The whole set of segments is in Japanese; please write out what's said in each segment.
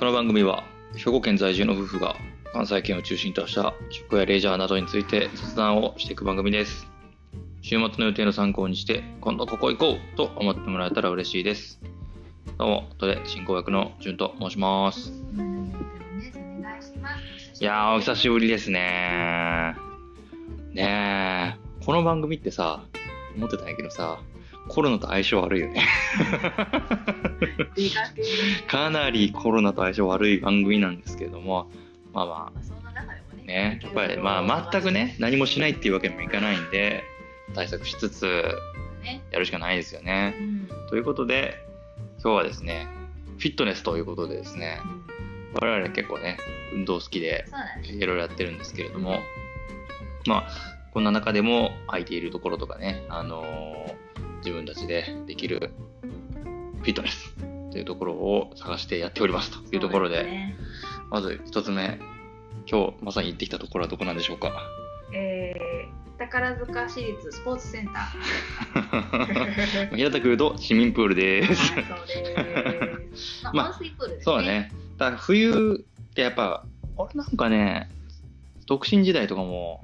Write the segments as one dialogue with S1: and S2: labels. S1: 番組は兵庫県在住の夫婦が関西圏を中心とした食やレジャーなどについて雑談をしていく番組です週末の予定の参考にして今度ここ行こうと思ってもらえたら嬉しいですどうもとで進行役のじゅんと申します
S2: ですお願いします
S1: いやーお久しぶりですねねえこの番組ってさ思ってたんやけどさコロナと相性悪いよね
S2: 苦手
S1: かなりコロナと相性悪い番組なんですけれどもまあまあ
S2: そんな中でもね
S1: ね、やっぱりまあ全くね何もしないっていうわけにもいかないんで対策しつつ
S2: ね
S1: やるしかないですよ
S2: う
S1: ね。
S2: ん
S1: ということで今日はですねフィットネスということでですね我々結構ね運動好きで
S2: そうだね
S1: いろいろやってるんですけれどもまあこんな中でも空いているところとかね、あのー自分たちでできるフィットネスというところを探してやっておりますというところで
S2: そうすね
S1: まず一つ目今日まさに行ってきたところはどこなんでしょうか
S2: えー宝塚市立スポーツセン ター
S1: 平たく言うと市民プールです。
S2: はいそうですまあ
S1: まあ
S2: 温水プールですね
S1: そうだね。だから冬ってやっぱ、俺なんかね、独身時代とかも、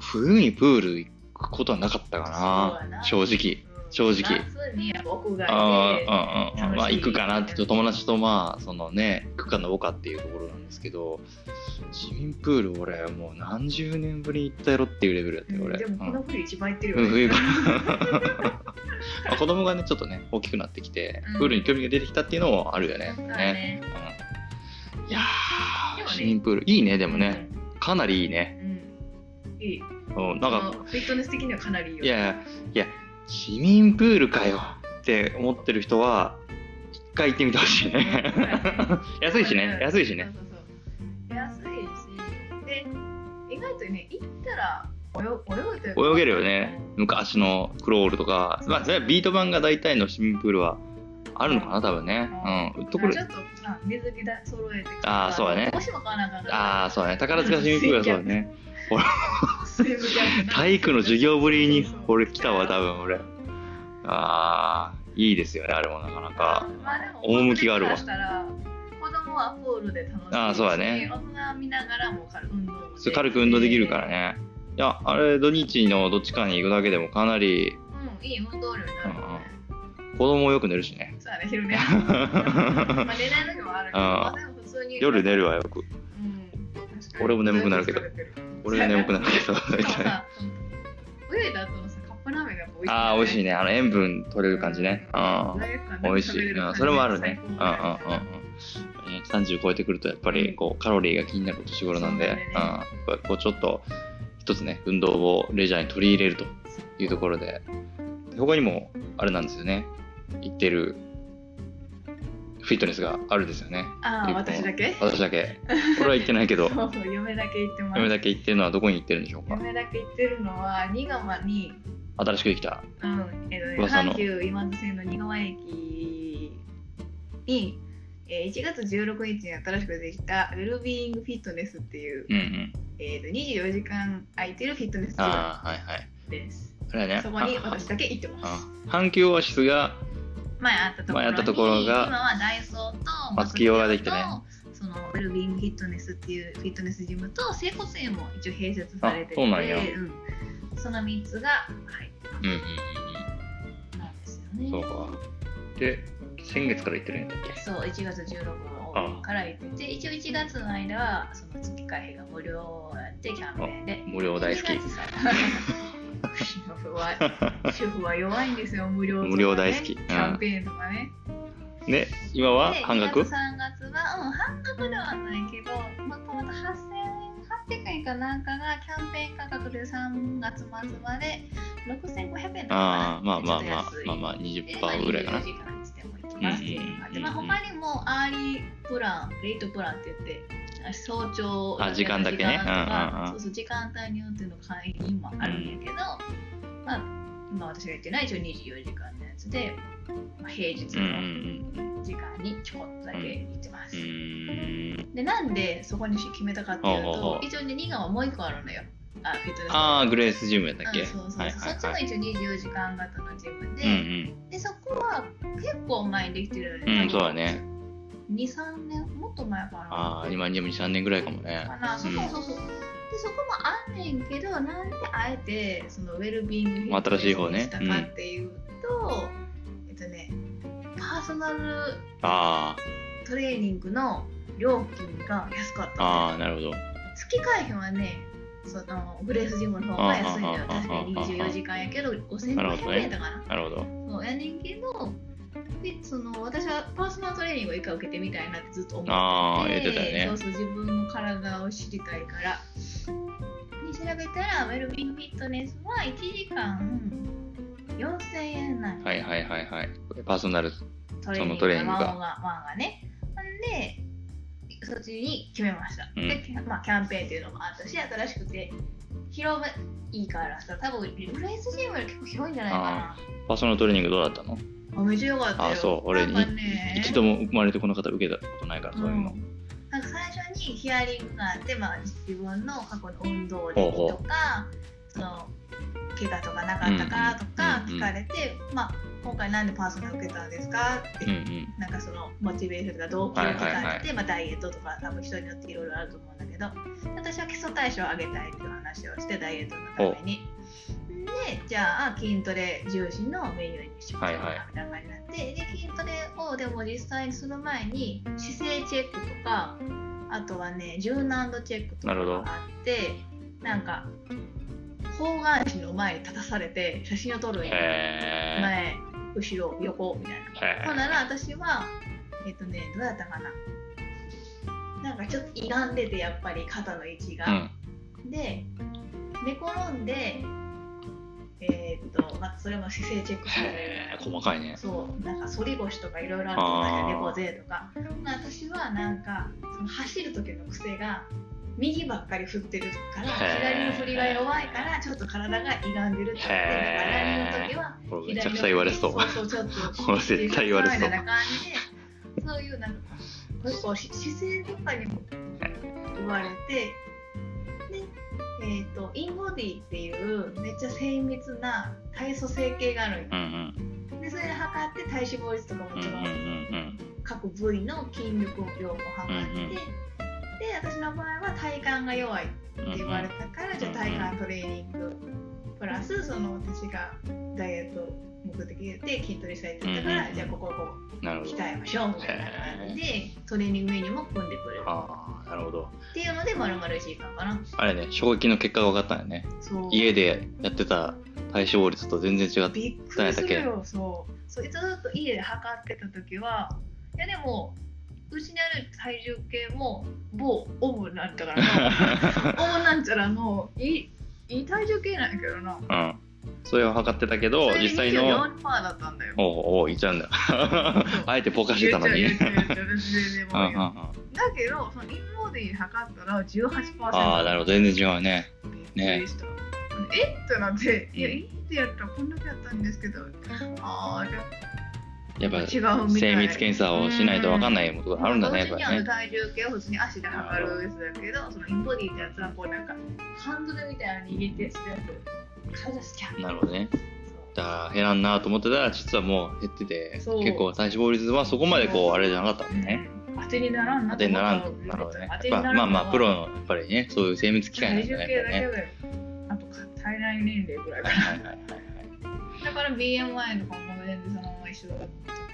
S1: 冬にプール行くことはなかったか
S2: そうや
S1: な、
S2: な
S1: 正直。
S2: うん
S1: 正直
S2: 夏に屋外で
S1: あーうんうんうんまあ
S2: 楽しい
S1: 行くかなって、友達とまあ、そのね、行くかどうかっていうところなんですけど、市民プール俺、もう何十年ぶりに行ったやろっていうレベルだったよ、俺。
S2: でもこの冬一番行ってるよ
S1: うん
S2: ね
S1: 冬が まあ子供がねちょっとね大きくなってきて、
S2: うん
S1: プールに興味が出てきたっていうのもあるよね。
S2: そうだね
S1: うんいやー、
S2: でもね
S1: 市民プールいいねでもねかなりいいね。
S2: うんいい
S1: うんなん
S2: まあ
S1: か
S2: フィットネス的にはかなりいいよ
S1: いやいや市民プールかよって思ってる人は一回行ってみてほしいね
S2: そうだね。
S1: 安いしね安いしね。
S2: そうそうそう安いしで意外とね行ったら泳泳ぐというか
S1: 泳げるよね昔のクロールとか、まあ、それはビート板が大体の市民プールはあるのかな多分ね。うん、ところ
S2: ちょっとあ水着だ揃えて
S1: あーそうだね
S2: もしも買わなあかんから
S1: ああそうだね宝塚市民プー ルはそうだね
S2: 水着だ
S1: 体育の授業ぶりに
S2: そうそう
S1: 俺来たわ多分俺ああいいですよねあれもなかなか
S2: まあでも
S1: 趣があるわ
S2: 子供からしたら子供はプールで楽しいし
S1: あーそうだね
S2: 大人見ながらも軽く運動もでき
S1: そ
S2: て
S1: れ軽く運動できるからねいやあれ土日のどっちかに行くだけでもかなり
S2: うんいい運動量になるよね
S1: 子供もよく寝るしね
S2: そうだね昼 寝まあ寝ない時もあるけど、
S1: うん
S2: まあ、でも普通に
S1: 夜寝るわよく
S2: うん確かに
S1: 俺も眠くなるけど
S2: ずっと疲れてる
S1: 俺眠くなるけど大
S2: でも
S1: 体
S2: さ泳いだ後のさカップラーメンがやっぱ美味しいよね
S1: ああ美味しいねあの塩分取れる感じねう
S2: うん
S1: ん美味しい、うん、それもあるねうんうんうんうんね30超えてくるとやっぱりこうカロリーが気になるお年頃なんで、、
S2: そううんだよね
S1: やっぱこうちょっと一つね運動をレジャーに取り入れるというところで他にもあれなんですよね行ってるフィットネスがあるんですよね
S2: ああ私だけ
S1: 私だけこれは行ってないけど
S2: そうそう嫁だけ行ってます
S1: 嫁だけ行ってるのはどこに行ってるんでしょうか
S2: 嫁だけ行ってるのは新川に
S1: 新しくできた
S2: うんえっとね
S1: 噂の
S2: 阪急今津線の新川駅にえー1月16日に新しくできたウェルビーイングフィットネスっていう、
S1: うんうん
S2: えー、と24時間空いてるフィットネスジム
S1: ああはいはい
S2: です。
S1: あれはね
S2: そこに私だけ行ってます。
S1: ああ阪急オアシスが
S2: 前あったところ
S1: 前
S2: に
S1: あったところが
S2: 今はダイソーと
S1: 松木用ができてね
S2: 松木用とそのウェルビーイングフィットネスっていうフィットネスジムと整骨院も一応併設され
S1: あ
S2: てて
S1: そうなんや
S2: うんその3つがはい
S1: うんうんうんうん
S2: なんですよね
S1: そうか。で、先月から行ってるんだっけ
S2: そう1月16日から行ってて一応1月の間はその月会費が無料やってキャンペーンで
S1: 無料大好き
S2: 2。月さ主婦は 主婦は弱いんですよ無料とかね、
S1: 無料大好き
S2: キャンペーンとかね
S1: ね、今は
S2: で
S1: 半額
S2: 2月3月は、うん、半額ではないけどもともと8000円800円かなんかがキャンペーン価格で3月末まで6500円だったかな
S1: ああ、まあまあ
S2: ち
S1: まあ
S2: ょっと安い、
S1: まあまあ20%ぐらいかな
S2: で。まあ24時間にしても行きますっていうのがあってまあ
S1: うんうんうんうん
S2: 他にもアーリープラン、レイトプランって言って、早朝
S1: あ時間だけね
S2: 時間と
S1: うんうんう
S2: か
S1: ん
S2: そうそう時間帯によっての会議もあるんやけど、まあ今私が言ってない一応24時間のやつで、まあ、平日
S1: うんうん
S2: の時間にちょこっとだけ行ってます。
S1: うん。うーん。
S2: でなんでそこに決めたかっていう
S1: ほう
S2: と、
S1: ほうほう
S2: 一応ね2がはもう1個あるのよ。あ、フィットネス
S1: ああ、グレースジムやったっ
S2: う
S1: け
S2: んそうそうそう
S1: はい
S2: そ
S1: は
S2: っち
S1: いは
S2: も
S1: い。
S2: 一応24時間型のジムで、
S1: うん
S2: でそこは結構前にできてるよ
S1: うん。うん、そうだね。
S2: 23年もっと前かな
S1: ああ、今、2、3年ぐらいかもね。
S2: かなそうそうそうそうでそこもあんねんけどなんであえてそのウェルビーイングヘルス
S1: 新しい方ね
S2: にしたかっていうと、えっとねパーソナル
S1: あ
S2: トレーニングの料金が安かっ
S1: あ、
S2: たの
S1: ああ、なるほど。
S2: 月会費はねそのグレースジムの方が安いのよ
S1: ああああ
S2: 確かに24時間やけど
S1: なるほど
S2: 5500
S1: ね
S2: 円だから
S1: なるほど。
S2: そうやねんけどでその私はパーソナルトレーニングを一回受けてみたいなってずっと思ってて
S1: ああ、言ってたよね
S2: そう。そう自分の体を知りたいからで調べたらウェルビングフィットネスは1時間4000円なんよ
S1: はいはいはいはい。パーソナル。
S2: トレーニング
S1: そのトレーニングが
S2: ワンオンがワンがねほんでそっちに決めました、
S1: うん
S2: で、キャまあ、キャンペーンっていうのもあったし新しくて広めいいからさ多分フレスジムより結構広いんじゃないか
S1: パーソナルトレーニングどうだったの
S2: なあめっちゃよかったよ
S1: あそう俺
S2: なんかね
S1: 一度も生まれてこの方受けたことないから、そういうの
S2: う。んなんか最初にヒアリングがあって、まあ、自分の過去の運動歴
S1: ほう
S2: と
S1: ほ
S2: かその怪我とかなかったかとか
S1: うんうんうんうん
S2: 聞かれて、まあ、今回なんでパーソナル受けたんですかって、
S1: うんうん。
S2: なんかそのモチベーションとか動機を聞かれて、
S1: はいはいは
S2: まあ、ダイエットとか多分人によっていろいろあると思うんだけど私は基礎代謝を上げたいっていう話をしてダイエットのために。でじゃあ筋トレ重視のメニューにしましょう
S1: はいはい
S2: かみたいな感じになって、で筋トレをでも実際にする前に姿勢チェックとかあとはね柔軟度チェックと
S1: な
S2: か
S1: るほど
S2: があってなんか方眼紙の前に立たされて写真を撮るんよ
S1: へー
S2: 前後ろ横みたいな。
S1: へ
S2: ほんな
S1: ー
S2: ら私はえっ、とねどうやったかななんかちょっと歪んでてやっぱり肩の位置
S1: う
S2: が、
S1: ん。
S2: で寝転んでえっ、とまあそれも姿勢チェックされ
S1: へ
S2: る
S1: ー細かいね。
S2: そうなんか反り腰とかいろいろあると思うんだけど
S1: あー
S2: 猫背とかまあ私はなんかその走る時の癖が右ばっかり振ってるから
S1: へー
S2: 左の振りが弱いからちょっと体が歪んでるって言って
S1: へー
S2: だからランニングの時は
S1: これめちゃくちゃ言われそう。
S2: そうそうちょっ と
S1: これ絶対言われそう
S2: みたいな感じで、そういうなんか、結構し姿勢とかにも言われて、で、えっ、と、インボディっていうめっちゃ精密な体組成計があ
S1: う
S2: るんよ
S1: んうん
S2: で、それで測って体脂肪率とか
S1: うん
S2: も
S1: うん
S2: ちろん
S1: うん
S2: 各部位の筋力量も測って、
S1: うんうん
S2: で、私の場合は体幹が弱い
S1: うん
S2: って言われたから、じゃあ体幹トレーニングプラスその私がダイエット目的で筋トレしたいって言ったから、
S1: うんうん
S2: じゃあここをこ
S1: なる
S2: う
S1: ほど。
S2: 鍛えましょうみたいな感じでトレーニングメニューも組んでくれる
S1: ああ、なるほど。
S2: っていうのでまるまる1時間かな
S1: あれね、衝撃の結果が分かったんよね。
S2: そう
S1: 家でやってた体脂肪率と全然違 って。
S2: びっくりするよそうそうずっと家で測ってた時はいやでもうちにある体重計も某オブなんちゃらのオブなんちゃらのいいいい体重計なんやけどな
S1: うん。それを測ってたけど、
S2: それで
S1: 実際の。
S2: 24%だったんだよ
S1: おうおう、いっちゃうんだ。 あえてポカしてたのに。
S2: 言
S1: う
S2: っ
S1: ん
S2: ちゃう言っちゃう言っち
S1: う
S2: ゃう
S1: んう
S2: 全然もうんだけど、その陰謀で測ったら18%。
S1: ああ、なるほど、全然違うね。
S2: びっくりした。えってなって、いや、
S1: うん
S2: いいってやったらこんだけやったんですけど、ああ、やっ
S1: やっぱ
S2: ぱ違うみたい
S1: 精密検査をしないと分かんないことがあるんだね、やっぱ
S2: こっち
S1: り
S2: にあの
S1: ね。
S2: 体重計を普通に足で測るやつだけど、そのインボディってやつはこうなんか、ハンドルみたいなの握ってやつ、体スキャン。
S1: なるほどね。
S2: そう
S1: だから減らんなと思ってたら、実はもう減ってて、結
S2: そう
S1: 構体脂肪率はそこまでこう、あれじゃなかったんだね。
S2: 当てにならんな
S1: 当
S2: と
S1: てに
S2: 思
S1: なら
S2: った
S1: んと。なるほどね。
S2: 当
S1: や
S2: て
S1: っ
S2: にな
S1: ぱ
S2: らん
S1: まあ
S2: のは
S1: まあ、プロのやっぱりね、そういう精密機械なん
S2: 体
S1: だね、
S2: 重計
S1: やっぱ
S2: だけ
S1: り
S2: だ
S1: ね。
S2: よ。あと体内年齢ぐらいか
S1: はい
S2: な。
S1: はいはいはいはい。
S2: だから BMI とかも全然そのまま一緒だった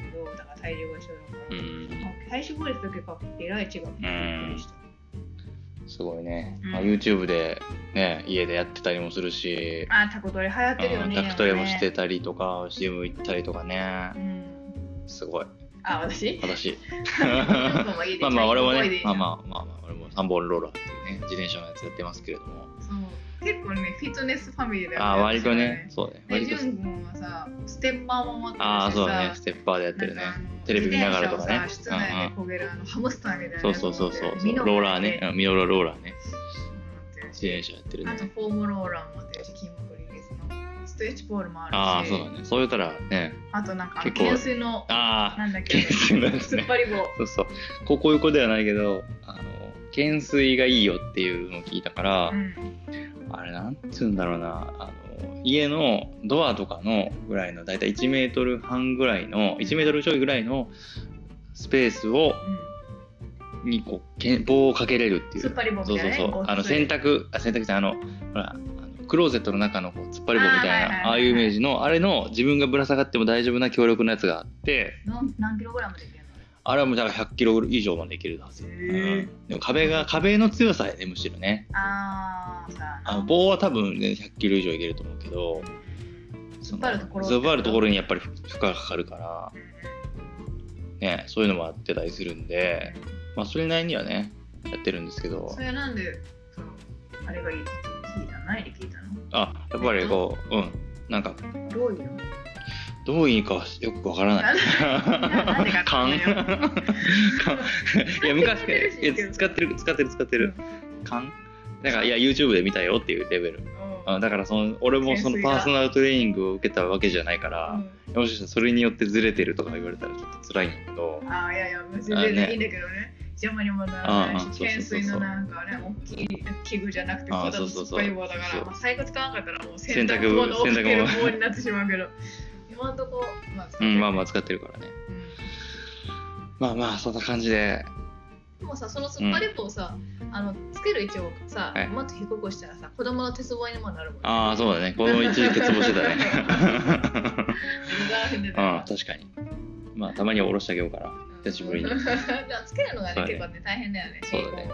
S2: けど、だから体重が一緒だ
S1: う
S2: から。
S1: ん、
S2: 体脂肪率だけかえらい違う。びっくりした
S1: すごいね。
S2: うん
S1: まあ、YouTube で、ね、家でやってたりもするし、
S2: あー、タコトレ流行ってるよ
S1: うん
S2: ね。
S1: タクトレもして。たりとか、ジム行ったりとかね
S2: う、ん。
S1: すごい、
S2: あ、私
S1: 私。 ま
S2: ま
S1: あまあ、俺もね、まあまあまあまあ、俺も3本ローラーっていうね、自転車のやつやってますけれども、
S2: あ。そう結構ね、フィットネスファミリーだよね。
S1: ああ、割とね、
S2: 私
S1: そうね、
S2: はね。で、
S1: 割
S2: ジ
S1: と、
S2: ュン君はさ、ステッパーも持ってるしさ。
S1: ああ、そうだね、ステッパーでやってるね
S2: なんかあ。の
S1: テレビ見ながらとかね
S2: 自転車をさ室内でこげるあのハムスターみたいなやつ
S1: そ
S2: 持
S1: う
S2: って。
S1: そうそうそう、
S2: ミノ
S1: ローラーね、
S2: 持
S1: うんミノロローラーね、
S2: ってる
S1: 自
S2: し
S1: 転車やってる
S2: あと
S1: ね。
S2: フォームローラーも持ってるし、筋膜リリースのストレッチボールも
S1: あ
S2: あ
S1: あ、
S2: るし、
S1: そうだね、そう言ったらね、
S2: あとなんかあの
S1: 結構
S2: 懸垂の
S1: ああ、
S2: なんだっけ、
S1: 懸
S2: 突
S1: 垂のやつね
S2: っ。張り棒。
S1: そうそう。ここ横ではないけど、あの、懸垂がいいよっていうのを聞いたから、
S2: うん
S1: あれなんつうんだろうな、あの、家のドアとかのぐらいの、だいたい1メートル半ぐらいの、1メートルちょいぐらいの、スペースを
S2: う
S1: にこうけん棒をかけれるって
S2: ん、
S1: い
S2: 突っ
S1: う
S2: 張り棒
S1: そ
S2: み
S1: う
S2: た
S1: そ
S2: いうなね
S1: そうあの洗
S2: 選択
S1: 濯あ洗濯じゃないあのほらあのクローゼットの中のこう突っ張り棒みたい
S2: あーはいはいはいはい
S1: なああいうイメージのあれの自分がぶら下がっても大丈夫な強力なやつがあって
S2: 何何キログラムでいける
S1: あれはもうだから100キロ以上までいけるはず、
S2: へー
S1: うんでも壁が壁の強さやねむしろね
S2: のあーさ
S1: あの棒は多分、ね、100キロ以上いけると思うけどその
S2: 突っ張るところ
S1: 突っ張るところにやっぱり負負荷がかかるから、ね、そういうのもあってたりするんで、まあ、それなりにはねやってるんですけど
S2: それなんでそのあれがいい聞いたないで聞いたの
S1: あやっぱりこううんなんか
S2: ど ういうの
S1: どういいかはよくわからない。
S2: なんでかって
S1: 勘
S2: ね
S1: いや昔から
S2: 使ってるし
S1: いや使ってる使ってる使ってる
S2: うん
S1: 勘だからいや YouTube で見たよっていうレベル
S2: うん
S1: あだからその俺もその
S2: 潜水が
S1: パーソナルトレーニングを受けたわけじゃないか
S2: う
S1: ら、
S2: ん
S1: もしかしたらそれによってずれてるとか言われたらちょっと辛いんだけど
S2: ああいやいや別に全
S1: あね
S2: 然いいんだけどね邪魔にもならない
S1: あーあー
S2: し
S1: そうそう
S2: 懸
S1: そう
S2: 垂
S1: そ
S2: の
S1: う
S2: なんかね大きい器具じゃなくて
S1: あー
S2: ただの
S1: そうそうそ
S2: 突っ
S1: う
S2: 張り棒だか
S1: そう
S2: らまあ最後使わなかったらもう
S1: 洗
S2: 洗
S1: 濯物
S2: 濯物の大
S1: 洗
S2: き
S1: 濯
S2: い
S1: 物
S2: 棒になってしまうけど今んとこまあ
S1: うんまあまあ使ってるからね
S2: うん
S1: まあまあそんな感じで
S2: でもさその突っ張り棒をさ、あのつける位置をさ、
S1: はい
S2: もっと低くしたらさ子供の鉄棒にもなるもんね。
S1: ああそうだねこの一時欠乏してたね
S2: うん
S1: うん確かにまあたまには下ろしてあげようかな久しぶ りに
S2: でもつけるのが
S1: そ
S2: ね
S1: うだね
S2: 結構ね大変だよね。
S1: そうだね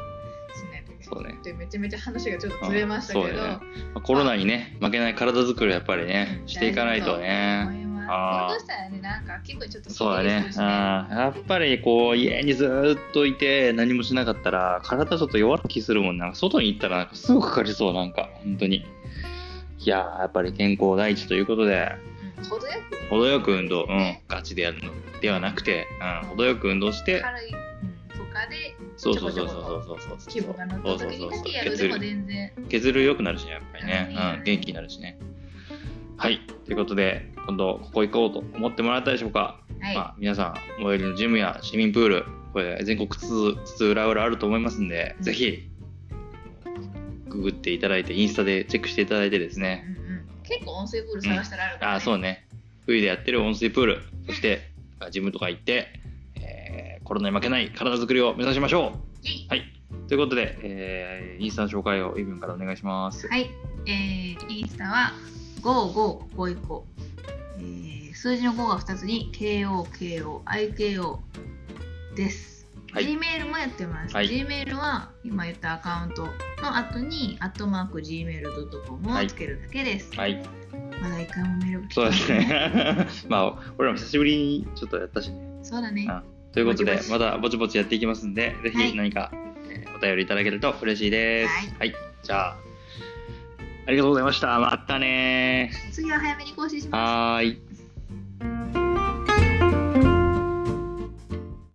S2: 進行しないといけない
S1: そうね
S2: でめちゃめちゃ話がちょっとずれましたけど、
S1: うんそうだよまあコロナにね負けない体づくりはやっぱりね していかないと
S2: 大事だと
S1: ね
S2: 思います
S1: あー
S2: これどうしたらねなんか気分ちょっと
S1: そうだ
S2: すっき
S1: ね
S2: りするし
S1: あーやっぱりこう家にずーっといて何もしなかったら体ちょっと弱った気するもんな外に行ったらなんかすぐかかりそうなんか本当にいやーやっぱり健康第一ということで
S2: うん程よく
S1: 程よく運動、うん、ガチでやるのではなくて、うん、程よく運動して
S2: 軽い、うん、とかで
S1: そうそうそうそうそうそう
S2: 気
S1: そう
S2: 分が乗った時にだけやる
S1: そうそうそうそう
S2: でも全然
S1: 削る良くなるしねやっぱりね、う
S2: う
S1: んん、元気になるしねはいということで今度ここ行こうと思ってもらえたでしょうか、
S2: はい、
S1: まあ、皆さん最寄りのジムや市民プールこれ全国津々浦々あると思いますんで、
S2: うん
S1: ぜひググっていただいてインスタでチェックしていただいてですね、
S2: うんうん、結構温水プール探したらあるから、ね
S1: ああそうね冬でやってる温水プールそしてあジムとか行って、えーコロナに負けない体づくりを目指しましょ
S2: イェイ
S1: うはいということで、えーインスタの紹介をイブンからお願いします、
S2: はい、えー、インスタは5551個、えー、数字の5が2つに KOKOIKO です、
S1: はい
S2: Gmail もやってます、
S1: はい
S2: Gmail は今言ったアカウントの後にアットマーク Gmail.com をつけるだけです、
S1: はい
S2: まだ一回もメール来て
S1: そう
S2: な
S1: で
S2: い
S1: すね。 まあ、俺らも久しぶりにちょっとやったしね。
S2: そうだね
S1: あということで
S2: ぼち、ぼち
S1: まだぼちぼちやっていきますんで、ぜ
S2: はい
S1: ひ何か、えーお便りいただけると嬉しいです。はい、じゃあ、ありがとうございました。またね
S2: 次は早めに更新し
S1: ー。
S2: ま
S1: はーい。
S2: す